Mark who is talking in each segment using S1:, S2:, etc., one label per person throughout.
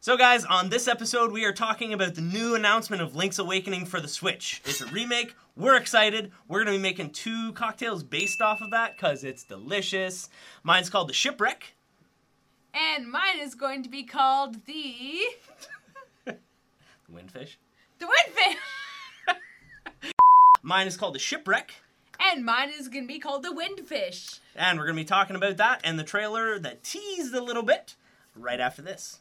S1: So, guys, on this episode, we are talking about the new announcement of Link's Awakening for the Switch. It's a remake. We're excited. We're going to be making two cocktails based off of that because it's delicious. Mine's called the Shipwreck.
S2: And mine is going to be called the
S1: Windfish.
S2: the Windfish.
S1: Mine is called the Shipwreck.
S2: And mine is going to be called the Windfish.
S1: And we're going to be talking about that and the trailer that teased a little bit right after this.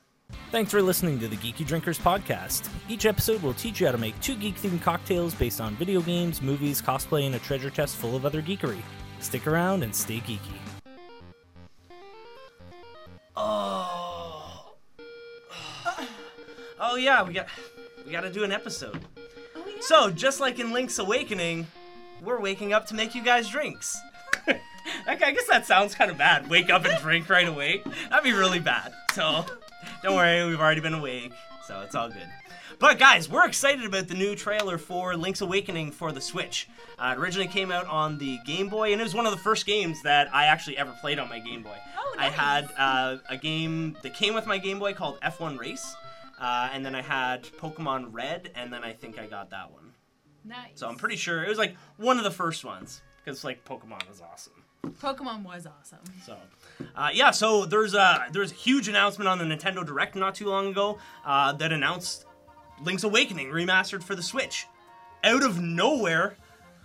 S3: Thanks for listening to the Geeky Drinkers podcast. Each episode will teach you how to make two geek themed cocktails based on video games, movies, cosplay, and a treasure chest full of other geekery. Stick around and stay geeky.
S1: Oh. Oh yeah, we got we got to do an episode.
S2: Oh yeah.
S1: So, just like in Link's Awakening, we're waking up to make you guys drinks. okay, I guess that sounds kind of bad. Wake up and drink right away. That'd be really bad. So, don't worry, we've already been awake, so it's all good. But guys, we're excited about the new trailer for Link's Awakening for the Switch. Uh, it originally came out on the Game Boy, and it was one of the first games that I actually ever played on my Game Boy.
S2: Oh,
S1: I
S2: nice.
S1: had uh, a game that came with my Game Boy called F1 Race, uh, and then I had Pokemon Red, and then I think I got that one.
S2: nice.
S1: So I'm pretty sure it was like one of the first ones because like Pokemon was awesome.
S2: Pokemon was awesome.
S1: So, uh, yeah. So there's a there's a huge announcement on the Nintendo Direct not too long ago uh, that announced Link's Awakening remastered for the Switch, out of nowhere,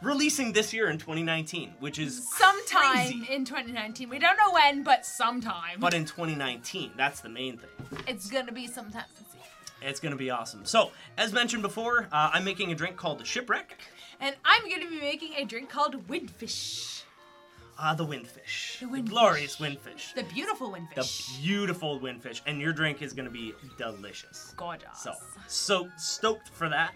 S1: releasing this year in 2019, which is
S2: Sometime
S1: crazy.
S2: in 2019. We don't know when, but sometime.
S1: But in 2019, that's the main thing.
S2: it's going to be sometime. this year.
S1: It's gonna be awesome. So, as mentioned before, uh, I'm making a drink called the Shipwreck,
S2: And I'm going to be making a drink called Windfish.
S1: ah, the Windfish, the,
S2: Windfish.
S1: glorious Windfish,
S2: The beautiful
S1: the
S2: Windfish.
S1: beautiful Windfish, and your drink is gonna be delicious.
S2: Gorgeous.
S1: So, so stoked for that.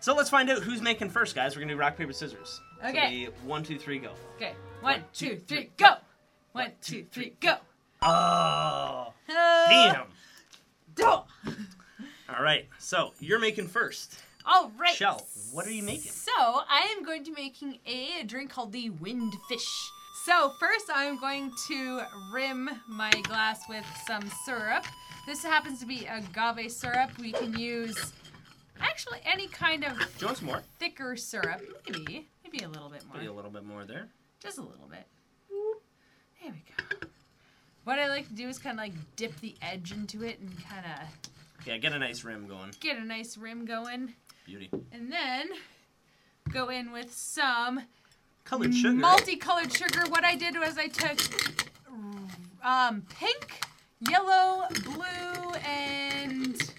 S1: So let's find out who's making first, guys. We're gonna do rock paper scissors. So
S2: Okay.
S1: we- one, two, three, go.
S2: Okay. One, two, three, go. One, two, three, go.
S1: Oh,
S2: Uh,
S1: damn!
S2: duh.
S1: All right, so you're making first.
S2: All right.
S1: Shell, what are you making?
S2: So I am going to be making a drink called the Windfish. So first, I'm going to rim my glass with some syrup. This happens to be agave syrup. We can use actually any kind of
S1: Do you want some more?
S2: thicker syrup, maybe, maybe a little bit
S1: Put you a
S2: more,
S1: little bit more there.
S2: just a little bit. There we go. What I like to do is kind of like dip the edge into it and kind of
S1: Yeah, get a nice rim going.
S2: get a nice rim going,
S1: Beauty.
S2: and then go in with some
S1: Colored sugar.
S2: multicolored sugar. What I did was I took um, pink, yellow, blue, and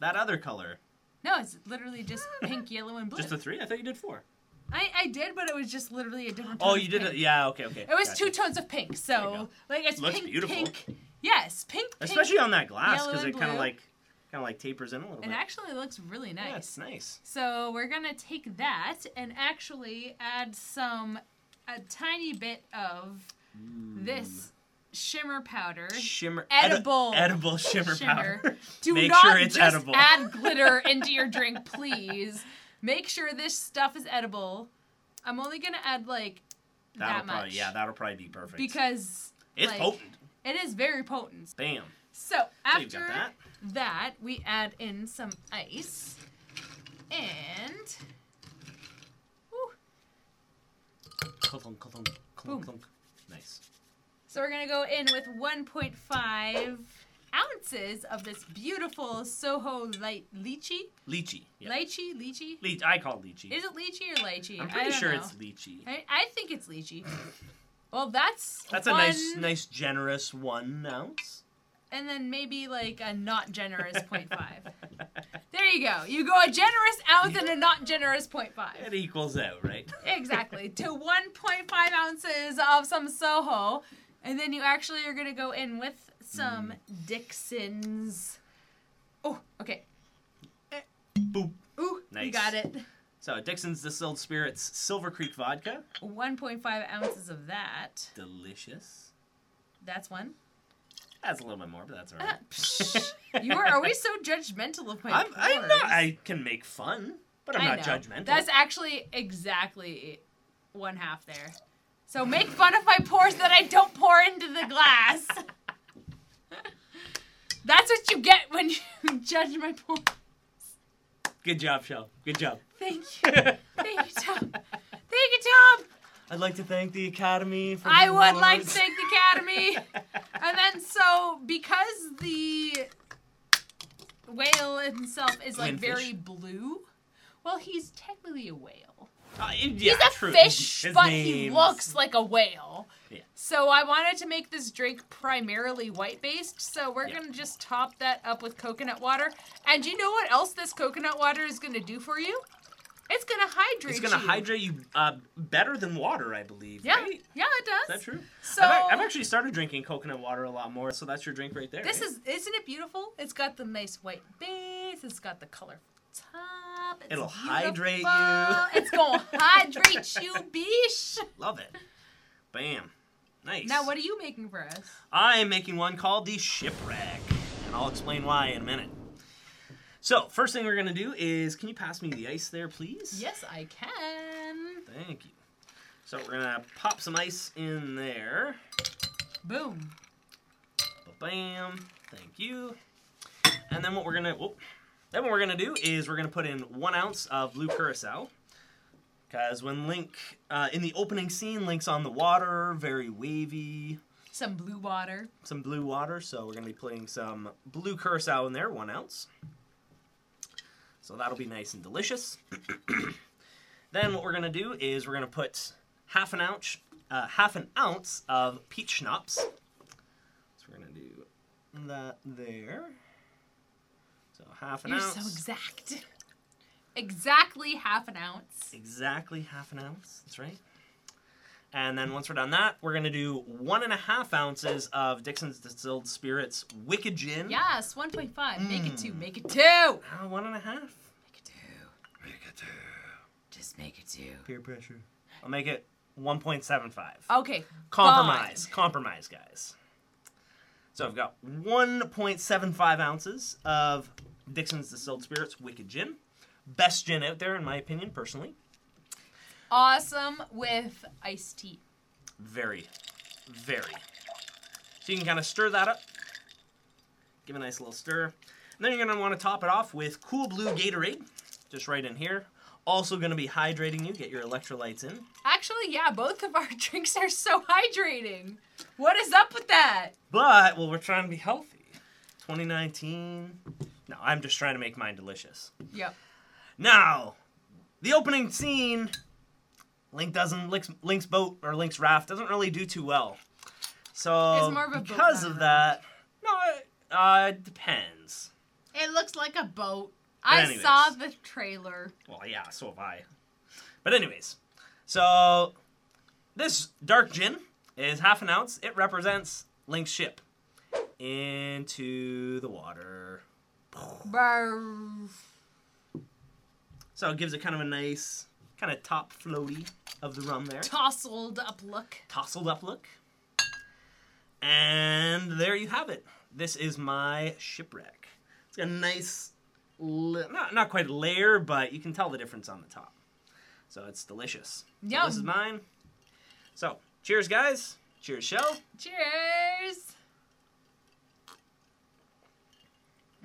S1: That other color.
S2: no, it's literally just pink, yellow, and blue.
S1: Just the three? I thought you did four.
S2: I, I did, but it was just literally a different.
S1: Oh,
S2: tone
S1: you
S2: of
S1: did
S2: pink.
S1: it. Yeah. Okay. Okay.
S2: It was
S1: Gotcha.
S2: two tones of pink, so
S1: go.
S2: like it's
S1: Looks
S2: pink,
S1: beautiful.
S2: pink. Yes, pink, pink,
S1: Especially on that glass
S2: yellow
S1: because
S2: and
S1: it kind of
S2: blue.
S1: like, kind of like tapers in a little
S2: and
S1: bit.
S2: actually looks really nice.
S1: Yeah, it's nice.
S2: So we're gonna take that and actually add some a tiny bit of
S1: Mm.
S2: this shimmer powder.
S1: Shimmer. edi-
S2: Edible.
S1: edible shimmer,
S2: Shimmer.
S1: powder.
S2: Do
S1: Make
S2: not
S1: sure it's
S2: just
S1: edible.
S2: add glitter into your drink, please. Make sure this stuff is edible. I'm only gonna add like
S1: That'll
S2: that much
S1: probably, Yeah, that'll probably be perfect.
S2: because
S1: it's
S2: like,
S1: potent.
S2: It is very potent.
S1: Bam. So
S2: So
S1: you've
S2: after
S1: got that.
S2: that, we add in some ice and Whew.
S1: Clunk, clunk, clunk,
S2: Boom.
S1: clunk. Nice.
S2: so we're gonna go in with 1.5 ounces of this beautiful Soho light lychee,
S1: Lychee. Yeah.
S2: lychee, lychee.
S1: Lychee. I call it lychee.
S2: Is it lychee or lychee?
S1: I'm
S2: I
S1: pretty
S2: don't
S1: sure
S2: know.
S1: it's lychee.
S2: I, I think it's lychee. well, that's
S1: That's a
S2: one,
S1: nice, nice, generous one ounce.
S2: and then maybe like a not generous 0.5. There you go. You go a generous ounce and a not generous 0.5.
S1: It equals out, right?
S2: Exactly. to 1.5 ounces of some Soho. And then you actually are going to go in with some
S1: Mm.
S2: Dixon's. Oh, okay.
S1: Boop.
S2: Ooh, you
S1: Nice.
S2: got it.
S1: So Dixon's Distilled Spirits Silver Creek Vodka.
S2: 1.5 ounces of that.
S1: Delicious.
S2: That's one.
S1: That's a little bit more, but that's all
S2: Ah,
S1: right.
S2: psh. you are always so judgmental of my
S1: I'm, I'm not.
S2: pours.
S1: I can make fun, but I'm
S2: I
S1: not
S2: know.
S1: judgmental.
S2: That's actually exactly one half there. So make fun of my pours that I don't pour into the glass. That's what you get when you judge my poems.
S1: Good job, Shell. Good job.
S2: Thank you. Thank you, Tom. Thank you, Tom.
S1: I'd like to thank the Academy for.
S2: I
S1: the
S2: would like to
S1: awards.
S2: thank the Academy. and then, so because the whale himself is like
S1: Windfish.
S2: very blue, well, he's technically a whale.
S1: Uh, yeah,
S2: he's a
S1: true.
S2: fish,
S1: His
S2: but he
S1: name's-
S2: looks like a whale.
S1: Yeah.
S2: So I wanted to make this drink primarily white based, so we're
S1: Yeah.
S2: gonna just top that up with coconut water. And you know what else this coconut water is gonna do for you? It's gonna hydrate.
S1: It's gonna
S2: you.
S1: hydrate you uh, better than water, I believe.
S2: Yeah,
S1: Right? Is
S2: yeah, it does.
S1: that true?
S2: So
S1: I've, ac- I've actually started drinking coconut water a lot more, so that's your drink right there.
S2: This
S1: right?
S2: is isn't it beautiful? It's got the nice white base. It's got the colorful top. It's
S1: It'll hydrate you.
S2: beautiful, It's gonna hydrate you, bish.
S1: love it. Bam. Nice.
S2: Now, what are you making for us?
S1: I'm making one called the Shipwreck, and I'll explain why in a minute. So, first thing we're gonna do is can you pass me the ice there, please?
S2: Yes, I can.
S1: Thank you. So, we're gonna pop some ice in there.
S2: Boom.
S1: Bam. Thank you. And then what we're gonna whoop, then what we're gonna do is we're gonna put in one ounce of blue curacao. Because when Link, uh, in the opening scene, Link's on the water, very wavy,
S2: Some blue water.
S1: some blue water. So we're gonna be putting some blue curacao in there, one ounce. So that'll be nice and delicious. then what we're gonna do is we're gonna put half an ounce, uh, half an ounce of peach schnapps. So we're gonna do that there. So half an
S2: You're
S1: ounce.
S2: so exact. Exactly half an ounce.
S1: exactly half an ounce. That's right. And then once we're done that, we're gonna do one and a half ounces of Dixon's Distilled Spirits Wicked Gin.
S2: Yes, 1.5. Make it two.
S1: Hmm.
S2: Make it two. Make
S1: Ah, one and a half.
S2: it two. Just make it two.
S1: Peer pressure. I'll make it 1.75.
S2: Okay.
S1: compromise. Compromise, guys. So I've got 1.75 ounces of Dixon's Distilled Spirits Wicked Gin. Best gin out there, in my opinion, personally.
S2: fine. Awesome with iced tea.
S1: Very, very. So you can kind of stir that up. Give a nice little stir. And then you're going to want to top it off with Cool Blue Gatorade, just right in here. Also going to be hydrating you, get your electrolytes in.
S2: Actually, yeah, both of our drinks are so hydrating. What is up with that?
S1: But well, we're trying to be healthy. 2019. No, I'm just trying to make mine delicious.
S2: Yep.
S1: Now, the opening scene. Link doesn't Link's, Link's boat or Link's raft doesn't really do too well. So
S2: It's more of a boat
S1: because
S2: than a
S1: of that, no, it uh, it depends.
S2: It looks like a boat.
S1: I
S2: I
S1: anyways. saw
S2: saw the trailer.
S1: Well, yeah, so have I. But anyways, so this dark gin is half an ounce. It represents Link's ship into the water. So it gives it kind of a nice, kind of top floaty of the rum there.
S2: Tousled up look.
S1: Tousled up look. And there you have it. This is my shipwreck. It's got a nice, li- not, not quite a layer, but you can tell the difference on the top. So it's delicious. So
S2: Yum.
S1: this is mine. So cheers, guys. Cheers, Shell.
S2: Cheers.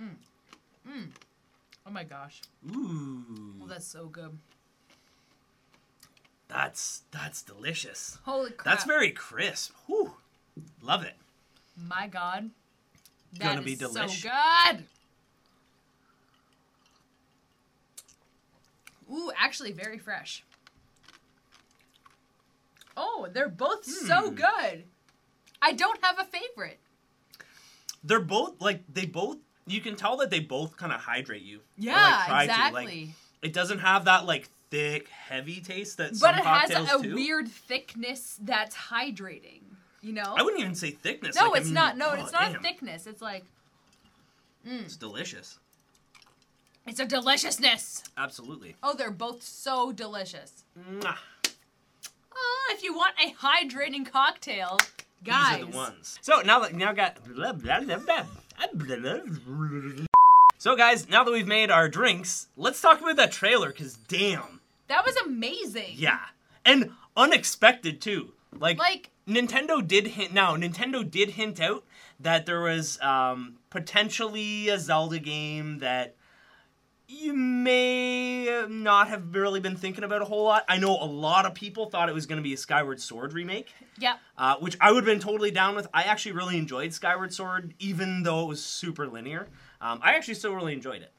S2: Mm. Mm. Oh my gosh.
S1: Ooh,
S2: Oh, that's so good.
S1: that's that's delicious.
S2: Holy crap.
S1: That's very crisp. Whew. Love it.
S2: My God. That's
S1: Gonna be delish.
S2: so good. Ooh, actually, very fresh. Oh, they're both so
S1: Hmm.
S2: good. I don't have a favorite.
S1: They're both like they both. You can tell that they both kind of hydrate you. or, like,
S2: Yeah,
S1: try to, like,
S2: exactly.
S1: It doesn't have that like thick, heavy taste that some
S2: but it has
S1: cocktails
S2: a
S1: do.
S2: weird thickness that's hydrating. You know?
S1: I wouldn't even say thickness.
S2: no,
S1: like,
S2: it's
S1: I'm-
S2: not. No,
S1: oh,
S2: it's not a
S1: damn,
S2: thickness. It's like
S1: It's delicious.
S2: it's a deliciousness.
S1: Absolutely.
S2: Oh, they're both so delicious.
S1: Mwah.
S2: Oh, if you want a hydrating cocktail, guys.
S1: These are the ones. So now that now got blah, blah, blah, blah, blah, blah, blah. So guys, now that we've made our drinks, let's talk about that trailer. Cause damn,
S2: That was amazing.
S1: yeah, and unexpected too. Like
S2: Like
S1: Nintendo did hint. Now Nintendo did hint out that there was um, potentially a Zelda game that you may not have really been thinking about a whole lot. I know a lot of people thought it was going to be a Skyward Sword remake,
S2: Yep.
S1: uh, which I would have been totally down with. I actually really enjoyed Skyward Sword, even though it was super linear. Um, I actually still really enjoyed it.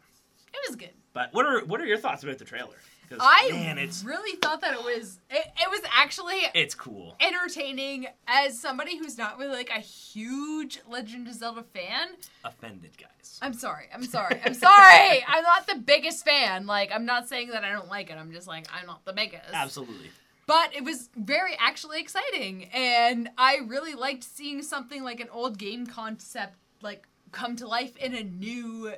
S2: It was good.
S1: But what are what are your thoughts about the trailer? 'Cause,
S2: I
S1: man, it's
S2: really thought that it was it, it was actually
S1: it's cool.
S2: entertaining as somebody who's not really like a huge Legend of Zelda fan.
S1: Offended guys.
S2: I'm sorry. I'm sorry. I'm sorry. I'm not the biggest fan. Like I'm not saying that I don't like it. I'm just like I'm not the biggest.
S1: Absolutely.
S2: But it was very actually exciting and I really liked seeing something like an old game concept like come to life in a new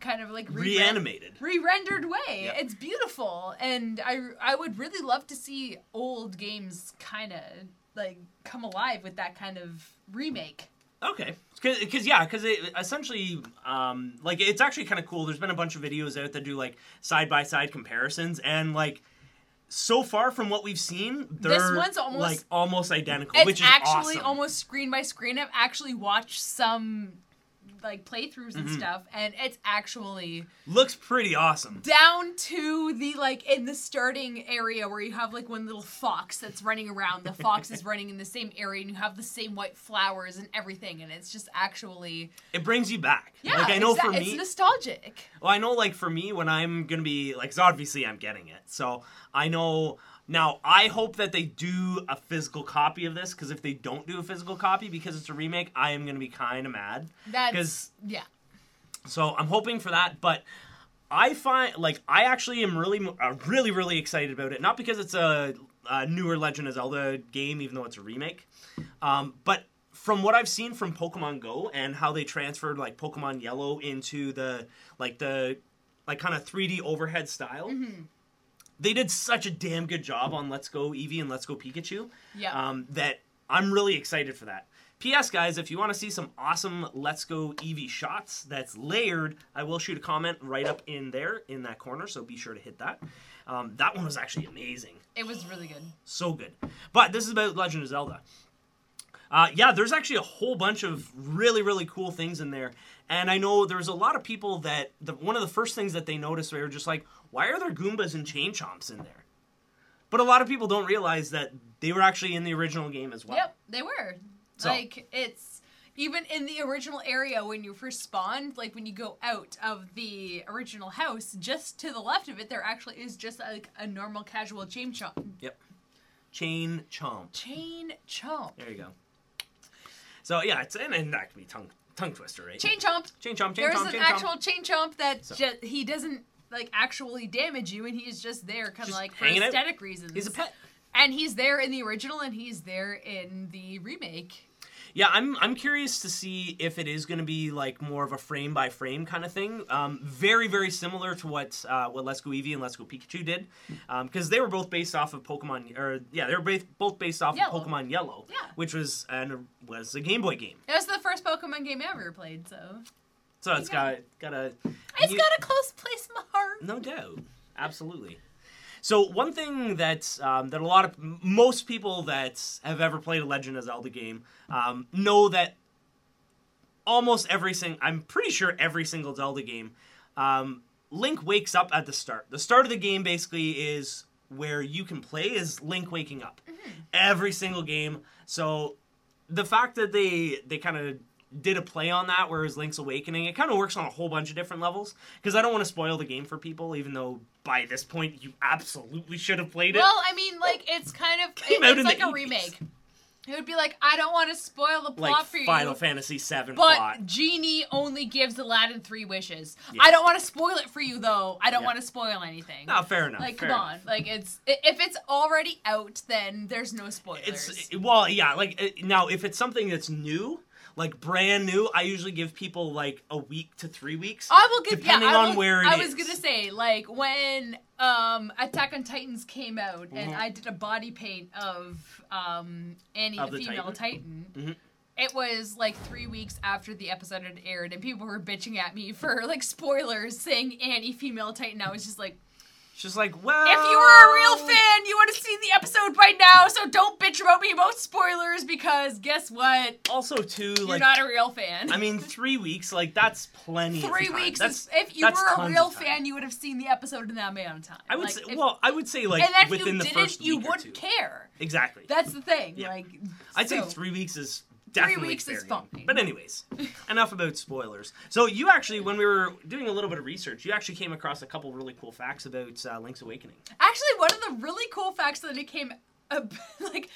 S2: kind of like re-
S1: Reanimated.
S2: re-rendered way.
S1: Yep.
S2: It's beautiful, and I I would really love to see old games kind of like come alive with that kind of remake.
S1: Okay, because yeah, because essentially, um, like it's actually kind of cool. There's been a bunch of videos out that do like side by side comparisons, and like so far from what we've seen, they're
S2: This one's almost-
S1: like almost identical,
S2: It's
S1: which is
S2: actually
S1: awesome.
S2: almost screen by screen. I've actually watched some like playthroughs
S1: Mm-hmm.
S2: and stuff, and it's actually
S1: looks pretty awesome.
S2: down to the like in the starting area where you have like one little fox that's running around. The fox is running in the same area, and you have the same white flowers and everything, and it's just actually
S1: It brings you back.
S2: yeah.
S1: like I know
S2: it's,
S1: for
S2: it's
S1: me,
S2: nostalgic.
S1: Well, I know, like for me, when I'm gonna be like, 'cause obviously I'm getting it, so I know now. I hope that they do a physical copy of this, because if they don't do a physical copy because it's a remake, I am gonna be kind of mad.
S2: That's
S1: 'Cause-
S2: yeah.
S1: So I'm hoping for that, but I find like I actually am really, uh, really, really excited about it. Not because it's a, a newer Legend of Zelda game, even though it's a remake, um, but from what I've seen from Pokemon Go and how they transferred like Pokemon Yellow into the like the like kind of 3D overhead style. They did such a damn good job on Let's Go Eevee and Let's Go Pikachu
S2: Yeah.
S1: um, that I'm really excited for that. P.S. guys, if you want to see some awesome Let's Go Eevee shots that's layered, I will shoot a comment right up in there in that corner, so be sure to hit that. Um, that one was actually amazing.
S2: it was really good.
S1: So good. But this is about Legend of Zelda. Uh, yeah, there's actually a whole bunch of really, really cool things in there. And I know there's a lot of people that the, one of the first things that they noticed they were just like, why are there Goombas and Chain Chomps in there? But a lot of people don't realize that they were actually in the original game as well.
S2: Yep, they were.
S1: So-
S2: Like it's even in the original area when you first spawned, like when you go out of the original house, just to the left of it, there actually is just like a normal casual chain chomp.
S1: Yep. Chain Chomp.
S2: Chain chomp.
S1: There you go. So yeah, it's and, and that could be tongue tongue twister, right?
S2: Chain chomp.
S1: Chain Chomp. Chain
S2: There's
S1: Chomp.
S2: an
S1: Chain
S2: actual
S1: Chomp.
S2: chain chomp that
S1: So-
S2: ju- he doesn't like actually damage you, and he's just there kind of
S1: Just
S2: like for
S1: hanging out.
S2: aesthetic reasons.
S1: He's a pet.
S2: and he's there in the original, and he's there in the remake.
S1: Yeah, I'm I'm curious to see if it is going to be like more of a frame by frame kind of thing. Um, very very similar to what uh, what Let's Go Eevee and Let's Go Pikachu did, because they were both based off of Pokemon, or yeah, they were both both based off
S2: Yellow.
S1: of Pokemon Yellow,
S2: Yeah.
S1: which was and was a Game Boy game.
S2: It was the first Pokemon game I ever played, so
S1: So it's
S2: Yeah.
S1: got got a
S2: It's
S1: you-
S2: got a close place in my heart.
S1: No doubt, absolutely. So one thing that um, that a lot of m- most people that have ever played a Legend of Zelda game um, know that almost every single, I'm pretty sure every single Zelda game, um, Link wakes up at the start. The start of the game basically is where you can play is Link waking up.
S2: Mm-hmm.
S1: Every single game. So the fact that they they kind of did a play on that whereas link's awakening it kind of works on a whole bunch of different levels because i don't want to spoil the game for people even though by this point you absolutely should have played it
S2: Well, I mean, like it's kind of
S1: Came
S2: it-
S1: out
S2: it's
S1: in
S2: like
S1: the
S2: a
S1: 80s.
S2: remake. It would be like I don't want to spoil the plot
S1: like
S2: for you,
S1: final fantasy 7
S2: but
S1: plot
S2: Genie only gives Aladdin three wishes.
S1: Yeah.
S2: I don't want to spoil it for you though. I don't
S1: Yeah.
S2: want to spoil anything.
S1: no fair enough
S2: like
S1: fair
S2: come
S1: enough.
S2: on, like it's i- if it's already out, then there's no spoilers.
S1: it's well yeah like it- now if it's something that's new like brand new i usually give people like a week to three weeks
S2: I will give
S1: depending
S2: yeah, I
S1: on
S2: will-
S1: where it
S2: I
S1: is.
S2: was gonna say like when um Attack on Titans came out and
S1: Mhm.
S2: I did a body paint of um Annie
S1: Of
S2: the,
S1: the Mm-hmm.
S2: female Titan. It was like three weeks after the episode had aired, and people were bitching at me for like spoilers saying Annie female Titan. I was just like,
S1: She's like, well.
S2: If you were a
S1: Oh.
S2: real fan, you would have seen the episode by now, so don't bitch about me about spoilers because guess what?
S1: Also, too,
S2: You're
S1: like,
S2: not a real fan.
S1: I mean, three weeks, like, that's plenty. of
S2: Three
S1: time.
S2: weeks.
S1: That's,
S2: is, if you
S1: that's
S2: were a
S1: tons
S2: real
S1: of time.
S2: fan, you would have seen the episode in that amount of time.
S1: I would
S2: Like,
S1: say,
S2: if-
S1: well, I would say, like,
S2: and then if
S1: within
S2: you
S1: the
S2: didn't,
S1: first
S2: you
S1: week or
S2: wouldn't
S1: two.
S2: care.
S1: Exactly.
S2: That's the thing.
S1: Yeah.
S2: Like,
S1: I'd say
S2: so-
S1: three weeks is definitely
S2: weeks
S1: fair
S2: is
S1: game.
S2: fine.
S1: But anyways, enough about spoilers. So you actually, when we were doing a little bit of research, you actually came across a couple really cool facts about uh, Link's Awakening.
S2: Actually, one of the really cool facts that it came, ab like,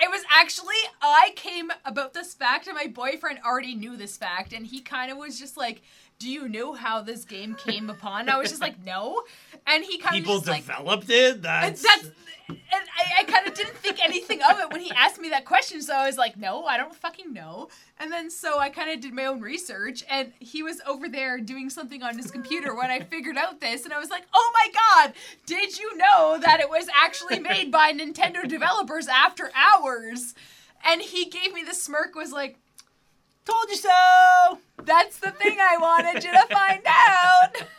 S2: it was actually I came about this fact, and my boyfriend already knew this fact, and he kind of was just like, "Do you know how this game came upon?" I was just like, "No," and he kind of
S1: People
S2: just like,
S1: developed it.
S2: and
S1: That's,
S2: that's. And I, I kind of didn't think anything of it when he asked me that question, so I was like, no, I don't fucking know. And then so I kind of did my own research, and he was over there doing something on his computer when I figured out this, and I was like, oh my god, did you know that it was actually made by Nintendo developers after hours? And he gave me the smirk, was like,
S1: told you so.
S2: that's the thing I wanted you to find out.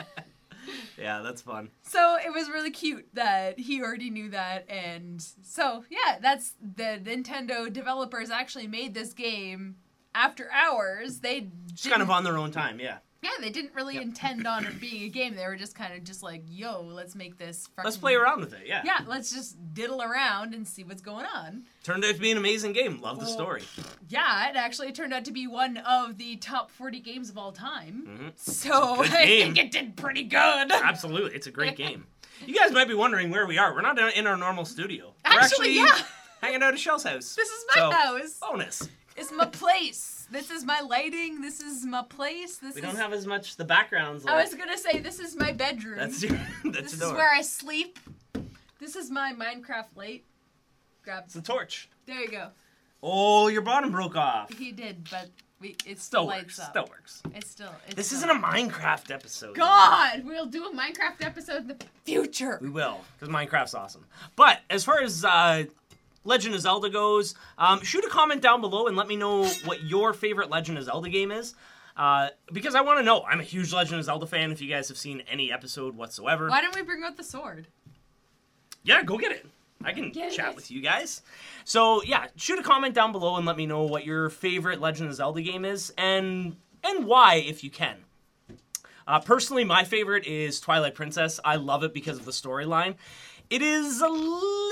S1: Yeah, that's fun.
S2: So it was really cute that he already knew that, and so yeah, that's the Nintendo developers actually made this game after hours. They
S1: Just kind of
S2: didn't-
S1: on their own time. Yeah.
S2: yeah, they didn't really
S1: Yep.
S2: intend on it being a game. They were just kind of just like, yo, let's make this.
S1: Let's
S2: fucking-
S1: play around with it. Yeah.
S2: Yeah, let's just diddle around and see what's going on.
S1: Turned out to be an amazing game. Love the
S2: Well-
S1: story.
S2: Yeah, it actually turned out to be one of the top 40 games of all time.
S1: Mhm.
S2: So
S1: It's a good
S2: I
S1: game.
S2: think it did pretty good.
S1: Absolutely, it's a great game. You guys might be wondering where we are. We're not in our normal studio. We're
S2: Actually, yeah.
S1: hanging out at Shell's house.
S2: This is my
S1: So,
S2: house.
S1: Bonus.
S2: It's my place. This is my lighting. This is my place. This
S1: We
S2: is.
S1: don't have as much the backgrounds.
S2: I
S1: like-
S2: was gonna say this is my bedroom.
S1: That's your. That's your
S2: this is
S1: door.
S2: where I sleep. This is my Minecraft light. Grab.
S1: It's a torch.
S2: There you go.
S1: Oh, your bottom broke off.
S2: He did, but we, it still
S1: Still
S2: lights
S1: works.
S2: up.
S1: Still works.
S2: It's still. It's
S1: This
S2: still-
S1: isn't a Minecraft episode.
S2: God, we'll do a Minecraft episode in the future.
S1: We will, because Minecraft's awesome. But as far as uh, Legend of Zelda goes, um, shoot a comment down below and let me know what your favorite Legend of Zelda game is. Uh, because I want to know. I'm a huge Legend of Zelda fan. If you guys have seen any episode whatsoever,
S2: Why don't we bring out the sword?
S1: yeah, go get it. I can
S2: Get
S1: chat
S2: it.
S1: with you guys. So yeah, shoot a comment down below and let me know what your favorite Legend of Zelda game is and and why if you can. Uh, personally, my favorite is Twilight Princess. I love it because of the storyline. It is a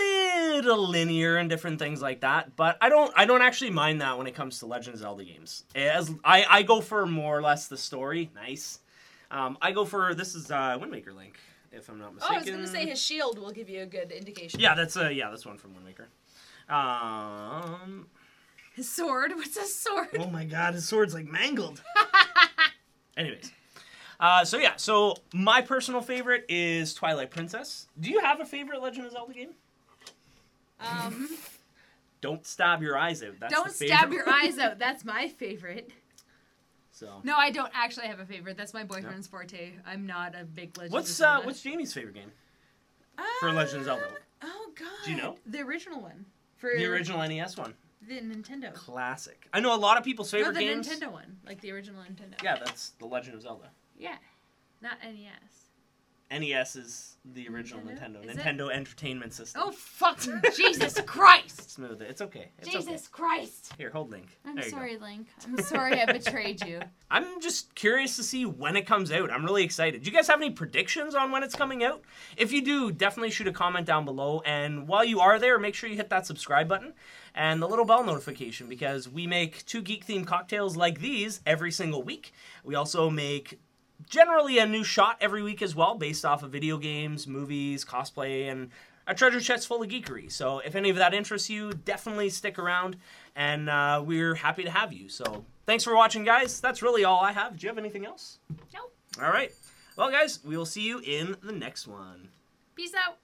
S1: little linear and different things like that, but I don't I don't actually mind that when it comes to Legend of Zelda games. As I, I go for more or less the story. Nice. Um, I go for this is uh, Wind Waker Link, if I'm
S2: Oh,
S1: not mistaken.
S2: shield will give you a good indication.
S1: Yeah, that's uh, yeah, that's one from Windmaker. Um,
S2: His sword. What's his sword?
S1: oh my god, his sword's like mangled. Anyways, uh, so yeah, so my personal favorite is Twilight Princess. Do you have a favorite Legend of Zelda game?
S2: Um.
S1: Don't stab your eyes out. That's
S2: Don't
S1: the favorite
S2: stab your
S1: one.
S2: eyes out. That's my favorite.
S1: So,
S2: No, I don't actually have a favorite. That's my boyfriend's forte. I'm not a big Legend of
S1: what's
S2: Zelda.
S1: uh, what's Jamie's favorite game for Legend of Zelda?
S2: Oh god.
S1: Do you know?
S2: The original one. For
S1: The original NES one,
S2: the Nintendo.
S1: classic. I know a lot of people's
S2: No,
S1: favorite
S2: the
S1: games.
S2: Nintendo one. Like the original Nintendo.
S1: Yeah, that's the Legend of Zelda.
S2: Yeah. Not E NES.
S1: NES is the original Nintendo.
S2: Nintendo? Is it?
S1: Nintendo Entertainment System.
S2: Oh fuck Jesus Christ.
S1: Smooth it. It's okay. It's
S2: Jesus
S1: okay.
S2: Christ.
S1: Here, hold Link.
S2: I'm
S1: There you go.
S2: sorry, Link. I'm sorry I betrayed you.
S1: I'm just curious to see when it comes out. I'm really excited. Do you guys have any predictions on when it's coming out? If you do, definitely shoot a comment down below. And while you are there, make sure you hit that subscribe button and the little bell notification because we make two geek themed cocktails like these every single week. We also make generally a new shot every week as well, based off of video games, movies, cosplay, and a treasure chest full of geekery. So if any of that interests you, definitely stick around, and uh, we're happy to have you. So thanks for watching, guys. That's really all I have. Do you have anything else?
S2: Nope.
S1: All right. Well, guys, we will see you in the next one.
S2: Peace out.